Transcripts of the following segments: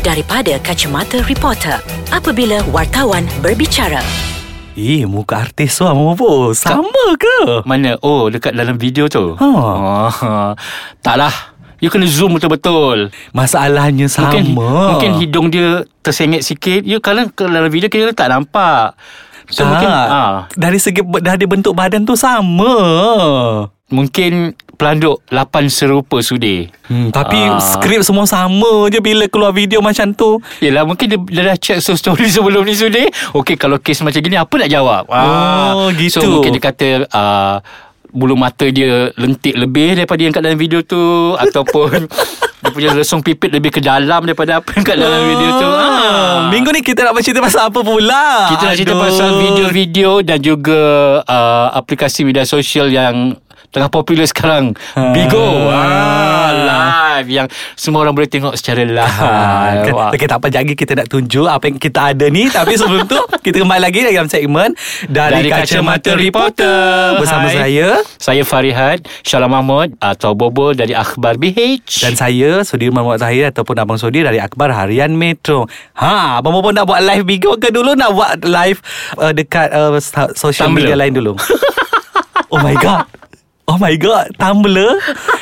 daripada kacamata reporter apabila wartawan berbicara. Eh, muka artis tu Mama Bo. Sama ke? Mana? Oh, dekat dalam video tu. Ha. Oh, taklah. You kena zoom betul-betul. Masalahnya sama. Mungkin mungkin hidung dia tersengit sikit. You kalau kalau dalam video kita tak nampak. So tak. mungkin ha, Ah, Dari segi be- dari bentuk badan tu sama. mungkin pelanduk lapan serupa sudi. Hmm, tapi Ah. skrip semua sama je bila keluar video macam tu. Yelah mungkin dia, dia dah check so story sebelum ni Sudir Okey kalau kes macam gini apa nak jawab Ah. Oh, gitu. So mungkin dia kata uh, Bulu mata dia lentik lebih daripada yang kat dalam video tu Ataupun dia punya lesung pipit lebih ke dalam daripada apa yang kat dalam video tu Ah, Ah. Minggu ni kita nak bercerita pasal apa pula? Kita nak cerita Aduh. pasal video-video dan juga uh, aplikasi media sosial yang tengah popular sekarang. Ah. Bigo. Ah, live yang semua orang boleh tengok secara Ha, live. Ah, Wah. okay, tak apa Jagi kita nak tunjuk Apa yang kita ada ni Tapi sebelum tu Kita kembali lagi dalam segmen Dari, Kacamata, Reporter Bersama Hai. saya Saya Farihat Syalam Mahmud atau Bobo dari Akhbar BH. Dan saya Sudirman Muhammad Zahir Ataupun Abang Sudir Dari Akbar Harian Metro Ha Abang Bobo nak buat live Bigo ke dulu Nak buat live uh, Dekat uh, sta- Social Tumblr. media lain dulu Oh my god Oh my god Tumblr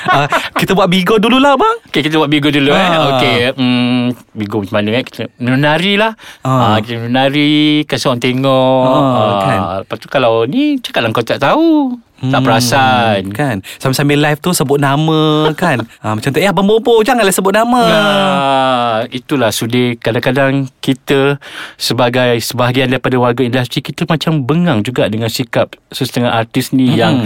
uh, Kita buat Bigo dululah abang Okay, kita buat bigo dulu eh. Ah. Okay, mm, bigo macam mana eh? Kita menari lah. Ah. Ah. kita menari, kasi orang tengok. Ah, Ah, kan? Hmm. Lepas tu kalau ni, cakaplah kau tak tahu. Tak perasan. Kan Sambil-sambil live tu Sebut nama kan ha, Macam tu Eh Abang Bobo Janganlah sebut nama Ah, itulah Sudi kadang-kadang kita sebagai sebahagian daripada warga industri kita macam bengang juga dengan sikap sesetengah artis ni yang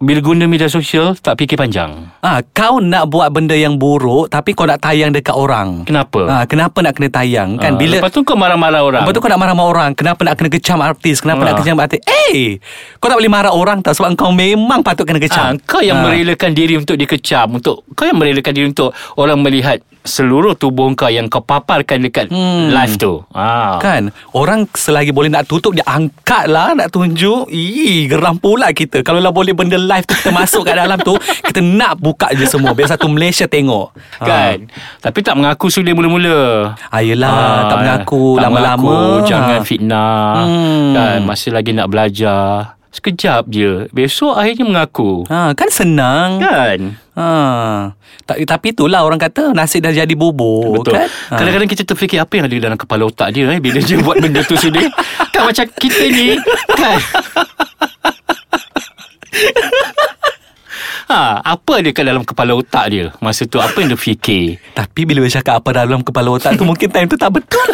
bila guna media sosial tak fikir panjang. Ah, kau nak buat benda yang buruk tapi kau nak tayang dekat orang. Kenapa? Ah, kenapa nak kena tayang? Kan Ah, bila lepas tu kau marah-marah orang. Lepas tu kau nak marah-marah orang Kenapa nak kena kecam artis Kenapa Ah. nak kecam artis Eh Kau tak boleh marah orang tak Sebab kau memang patut kena Ah, kecam kau yang merelakan diri untuk dikecam untuk kau yang merelakan diri untuk orang melihat seluruh tubuh kau yang kau paparkan dekat Hmm. live tu. Ah. Kan Orang selagi boleh nak tutup Dia angkat lah Nak tunjuk Ih geram pula kita Kalau lah boleh benda live tu Kita masuk kat dalam tu Kita nak buka je semua Biar satu Malaysia tengok Kan Tapi tak mengaku Sudah mula-mula Ah, yelah, tak mengaku. eh, tak Lama-lama. mengaku, Jangan Ah. fitnah Hmm. Kan Masih lagi nak belajar Sekejap je Besok akhirnya mengaku ha, Kan senang Kan Ha, tak, tapi itulah orang kata nasi dah jadi bubur kan? Betul Ha. Kadang-kadang kita terfikir Apa yang ada dalam kepala otak dia eh, Bila dia buat benda tu sudah Kan macam kita ni Kan Ha, apa dia kat dalam kepala otak dia Masa tu apa yang dia fikir Tapi bila bercakap apa dalam kepala otak tu mungkin time tu tak betul.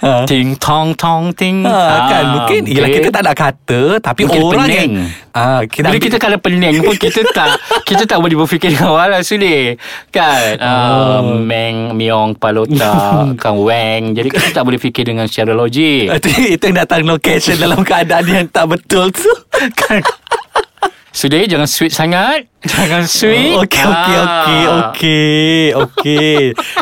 ha. Ting tong tong ting Ha, kan mungkin okay. yelah kita tak nak kata tapi Ah, Mungkin orang pening. yang ah kita Bila ambil- kita kalau pening pun kita tak kita tak boleh berfikir dengan waras sulit. Kan? Oh. Uh, meng, miong, palota, kan weng. Jadi kita tak boleh fikir dengan secara logik. itu, itu yang datang location dalam keadaan yang tak betul tu. Kan? Sudah jangan sweet sangat. Jangan sweet. Oh, Okey okey Ah. okey okey okey.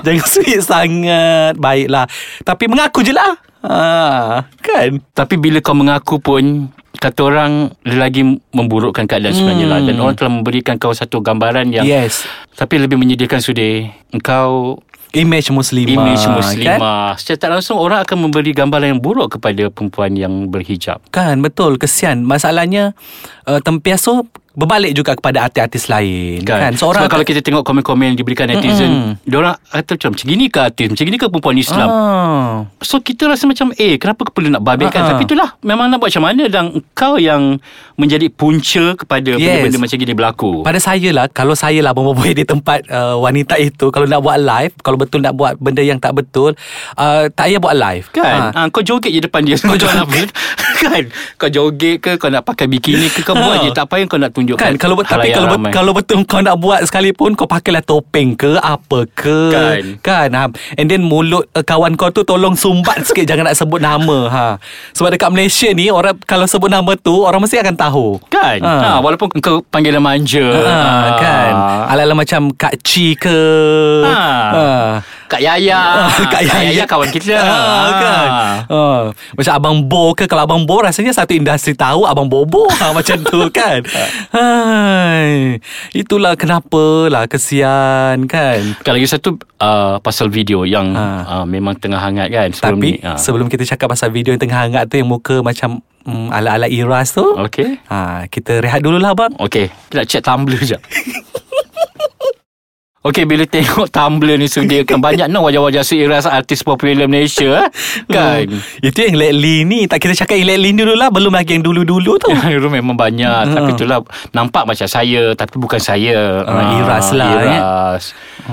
Jangan sweet sangat. Baiklah. Tapi mengaku je lah. Ha, kan? Tapi bila kau mengaku pun Kata orang Dia lagi memburukkan keadaan sebenarnya lah Hmm. Dan orang telah memberikan kau satu gambaran yang Yes. Tapi lebih menyedihkan sudah Engkau Image muslimah. image Kan? muslimah. Secara tak langsung orang akan memberi gambaran yang buruk kepada perempuan yang berhijab. Kan betul kesian masalahnya uh, tempias tu berbalik juga kepada artis-artis lain kan, Kan? Seorang Sebab kalau kita tengok komen-komen yang diberikan netizen, mm orang kata macam macam gini ke artis, macam gini ke perempuan Islam. ah. So kita rasa macam eh kenapa kau perlu nak babitkan? Ah, ah. Tapi itulah memang nak buat macam mana dan kau yang menjadi punca kepada Yes. benda-benda macam gini berlaku. Pada saya lah Kalau saya lah Membuat di tempat uh, Wanita itu Kalau nak buat live Kalau betul nak buat Benda yang tak betul uh, Tak payah buat live Kan ha. ha. Kau joget je depan dia Kau joget apa Kan Kau joget ke Kau nak pakai bikini ke Kau buat Ha. je Tak payah kau nak tunjukkan Kan kalau bet- tapi halayak kalau ramai. bet- kalau betul kau nak buat sekalipun kau pakailah topeng ke apa ke Kan. kan ha. and then mulut uh, kawan kau tu tolong sumbat sikit jangan nak sebut nama ha sebab dekat Malaysia ni orang kalau sebut nama tu orang mesti akan tahu Kan Ah. ha. Walaupun kau panggilan manja kan? Ah, kan Ala-ala macam Kak Chi ke Ah. Ya. Ah. Kak Yaya Kak Yaya kawan kita ah, kan ah. Macam Abang Bo ke Kalau Abang Bo Rasanya satu industri tahu Abang Bobo ah, Macam tu kan Hai. Itulah kenapa lah Kesian kan Kan lagi satu uh, Pasal video Yang Ah. uh, memang tengah hangat kan Sebelum Tapi ni ah. sebelum kita cakap pasal video yang tengah hangat tu Yang muka macam mm, ala-ala Iras tu Okay ha, Kita rehat dululah abang Okay Kita nak check Tumblr sekejap Okay bila tengok Tumblr ni Sediakan banyak no Wajah-wajah seiras Artis popular Malaysia eh. Kan Hmm. Itu yang lately ni tak Kita cakap yang lately ni dululah Belum lagi yang dulu-dulu tu Dulu memang Hmm. banyak Tapi itulah Nampak macam saya Tapi bukan saya Ah, iras lah, eh. Oh. Iras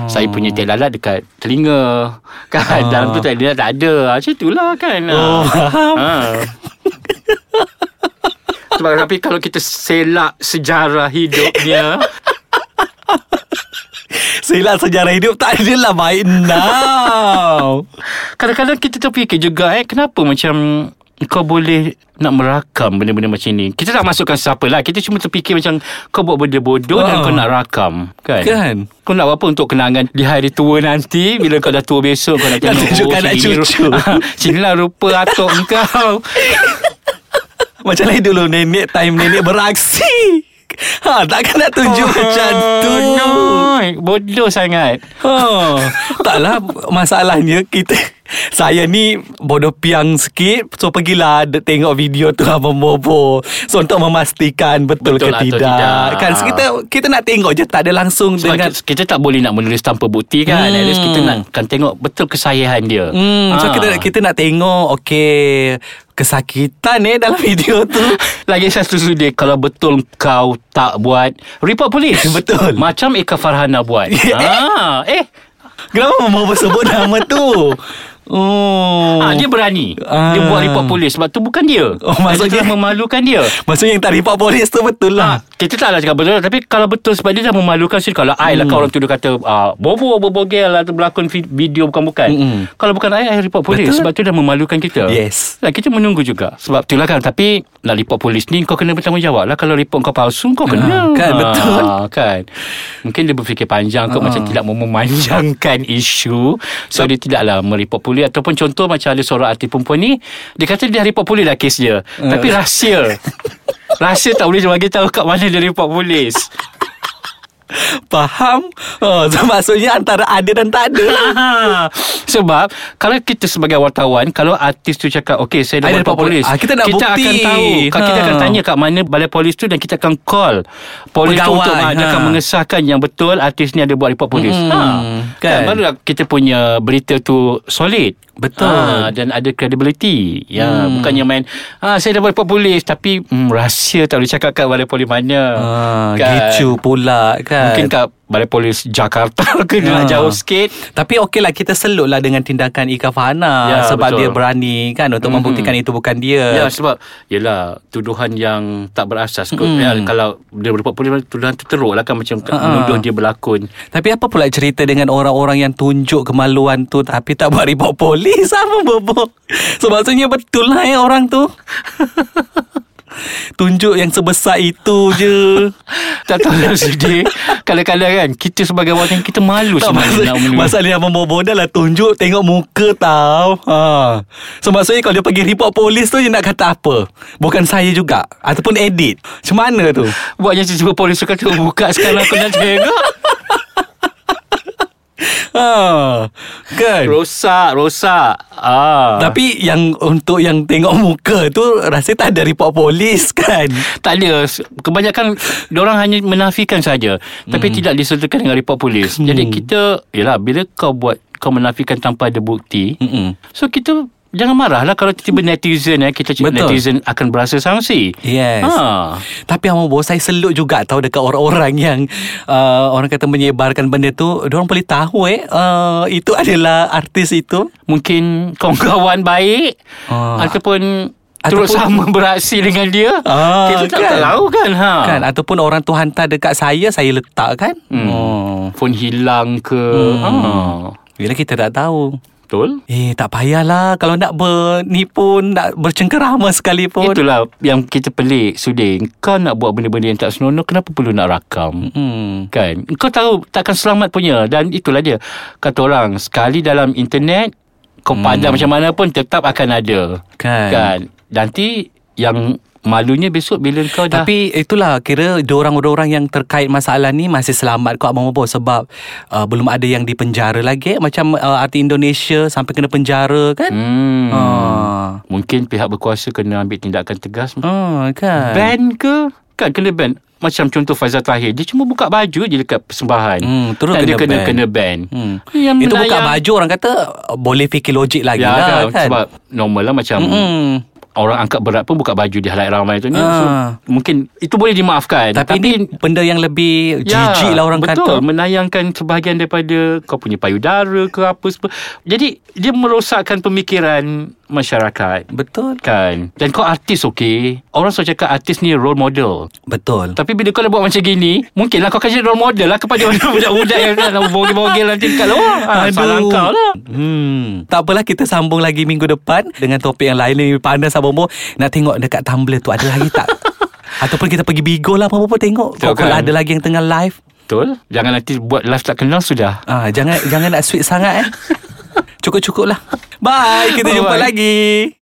Saya punya tek lalat Dekat telinga Kan Dalam tu tek lalat tak ada Macam itulah kan Ah. Oh, faham. Ah. Sebab tapi kalau kita selak sejarah hidupnya Silap sejarah hidup Tak adalah baik now Kadang-kadang kita terfikir juga eh Kenapa macam kau boleh nak merakam benda-benda macam ni Kita tak masukkan siapa lah Kita cuma terfikir macam Kau buat benda bodoh Ah. dan kau nak rakam Kan? Kan. Kau nak buat apa untuk kenangan di hari tua nanti Bila kau dah tua besok Kau Nak nak tengok tunjuk anak sini cucu. ru- Sinilah rupa atuk kau Macam lain dulu Nenek time nenek beraksi Ha, takkan nak tunjuk macam tu Oh, no. Bodoh sangat ha, Taklah masalahnya kita Saya ni bodoh piang sikit So pergilah de- tengok video tu Abang Bobo So untuk memastikan betul, Betul lah ke atau tidak. tidak. Kan so, kita, kita nak tengok je Tak ada langsung Sebab dengan Dengan, kita tak boleh nak menulis tanpa bukti kan At least Hmm. kita nak kan tengok betul kesahihan dia Hmm, so Ah. kita kita nak tengok okay kesakitan eh dalam video tu. Lagi satu sudi Kalau betul kau tak buat Report polis Betul. Macam Eka Farhana buat ha, Eh Kenapa mau sebut nama tu? Oh. ha, Dia berani Dia Ah. buat report polis Sebab tu bukan dia Oh, Maksudnya maksudnya- dia memalukan dia Maksudnya yang tak report polis tu betul lah. Ha, kita tak nak cakap betul Tapi kalau betul Sebab dia dah memalukan sini Kalau I lah Hmm. Kau orang tu dia kata uh, Bobo berbogel Atau berlakon fi- video Bukan-bukan Mm-mm. Kalau bukan I I report polis Hmm. Betul. Sebab tu dah memalukan kita Yes. Nah, kita menunggu juga Sebab itulah kan Tapi Nak report polis ni Kau kena bertanggungjawab lah Kalau report kau palsu Kau Ah, kena kan, betul. Ah. Ah, kan Mungkin dia berfikir panjang Kot macam tidak mau memanjangkan isu So dia tidaklah mereport polis Ataupun contoh Macam ada seorang artis perempuan ni Dia kata dia report polis lah kes dia Tapi Ah. rahsia Rahsia tak boleh bagi tahu Kat mana dia report polis Faham? Oh, so maksudnya antara ada dan tak ada. lah. Ah, Sebab Kalau kita sebagai wartawan Kalau artis tu cakap Okay saya dah Ada buat report polis. polis Ah, kita nak Kita bukti. akan tahu ha. Kita Ha. akan tanya kat mana Balai polis tu Dan kita akan call Polis tu Pegawai, untuk ha. Dia ha. akan mengesahkan Yang betul artis ni ada buat report polis Mm-mm, Kan kan? Barulah kita punya Berita tu solid Betul. Ah, Dan ada credibility Ya hmm. Bukannya main ah, Saya dah buat report polis Tapi hmm, rahsia tak boleh cakap Kat balai polis mana Kan? Ah, Gicu pula kan. Mungkin kat balai polis Jakarta ke Dia nak Ah. jauh sikit Tapi okeylah kita selut lah dengan tindakan Ika Fahana Ya, sebab dia betul. berani kan untuk Mhm. membuktikan itu bukan dia. Ya sebab Yelah Tuduhan yang Tak berasas kot ya, Kalau dia berdapat polis Tuduhan tu teruk lah kan Macam uh menuduh dia berlakon Tapi apa pula cerita dengan orang-orang yang tunjuk kemaluan tu tapi tak buat report polis sama bobo. So maksudnya betul lah eh orang tu. tunjuk yang sebesar itu je. Tak tahu lah sedih Kadang-kadang kan Kita sebagai wartawan Kita malu tak sebenarnya masalah, nak menuduh. masalah yang membobo dah lah tunjuk tengok muka tau. Ha. So maksudnya kalau dia pergi report polis tu dia nak kata apa? Bukan saya juga ataupun edit. Macam mana tu? Buatnya sejumpa polis tu kata Buka sekarang kau nak tengok Ha. Kan? Rosak Rosak ah. Tapi yang untuk yang tengok muka tu rasa tak ada report polis kan. tak ada Kebanyakan Diorang hanya menafikan saja Tapi tidak disertakan dengan report polis Jadi kita Yelah bila kau buat Kau menafikan tanpa ada bukti Mm-mm. So kita Jangan marahlah kalau tiba-tiba netizen eh kita Hmm. cakap Betul. netizen akan berasa sanksi. Yes. Ha. Tapi Abang Bobo saya selut juga tahu dekat orang-orang yang uh, orang kata menyebarkan benda tu, orang boleh tahu eh uh, itu adalah artis itu. Mungkin kawan-kawan baik Ah. ataupun Ataupun- Terus sama beraksi dengan dia Ah, Kita tak kan? tahu kan ha. Ha. Kan ataupun orang tu hantar dekat saya, saya letak kan. hmm. Oh. Phone hilang ke hmm. ha. Bila kita tak tahu. Betul? Eh tak payahlah Kalau nak ber, ni pun Nak bercengkerama sekalipun Itulah yang kita pelik Sudi Kau nak buat benda-benda yang tak senonoh Kenapa perlu nak rakam Hmm. Kan Kau tahu takkan selamat punya Dan itulah dia Kata orang Sekali dalam internet Kau padam macam mana pun Tetap akan Hmm. ada Kan. kan? Nanti Yang malunya besok Bila kau dah Tapi itulah kira orang-orang yang terkait masalah ni masih selamat kok Abang Bobo sebab uh, belum ada yang dipenjara lagi macam uh, arti Indonesia sampai kena penjara kan. hmm, Hmm. Ah. Mungkin pihak berkuasa Kena ambil tindakan tegas Ah, kan. Ban ke Kan kena ban Macam contoh Faizal Tahir Dia cuma buka baju je Dekat persembahan Hmm, terus Dan dia kena ban. kena kena ban Hmm. Yang Itu buka melayang- baju orang kata uh, boleh fikir logik lagi lah Ya lah, kan. kan? Sebab normal lah macam mm hmm. Orang angkat berat pun buka baju Di halayak ramai tu ni Ah. so, Mungkin itu boleh dimaafkan ya, Tapi, ini benda yang lebih jijik lah orang kata. betul, menayangkan sebahagian daripada kau punya payudara ke apa semua. Jadi dia merosakkan pemikiran masyarakat. Betul. Kan Dan kau artis okey Orang selalu cakap artis ni role model Betul. Tapi bila kau dah buat macam gini Mungkinlah kau kasi role model lah Kepada budak-budak yang nak bogel-bogel Nanti dekat luar ha, Salah Aduh. kau lah Hmm. Tak apalah kita sambung lagi minggu depan dengan topik yang lain lebih panas Abang Bo. Nak tengok dekat Tumblr tu ada lagi tak? Ataupun kita pergi Bigo lah Abang Bo tengok. Kalau Tengok kalau kan. ada lagi yang tengah live. Betul Jangan nanti buat live tak kenal sudah Ah, jangan jangan nak sweet sangat eh. Cukup-cukup lah. Bye. Kita jumpa Bye-bye. lagi.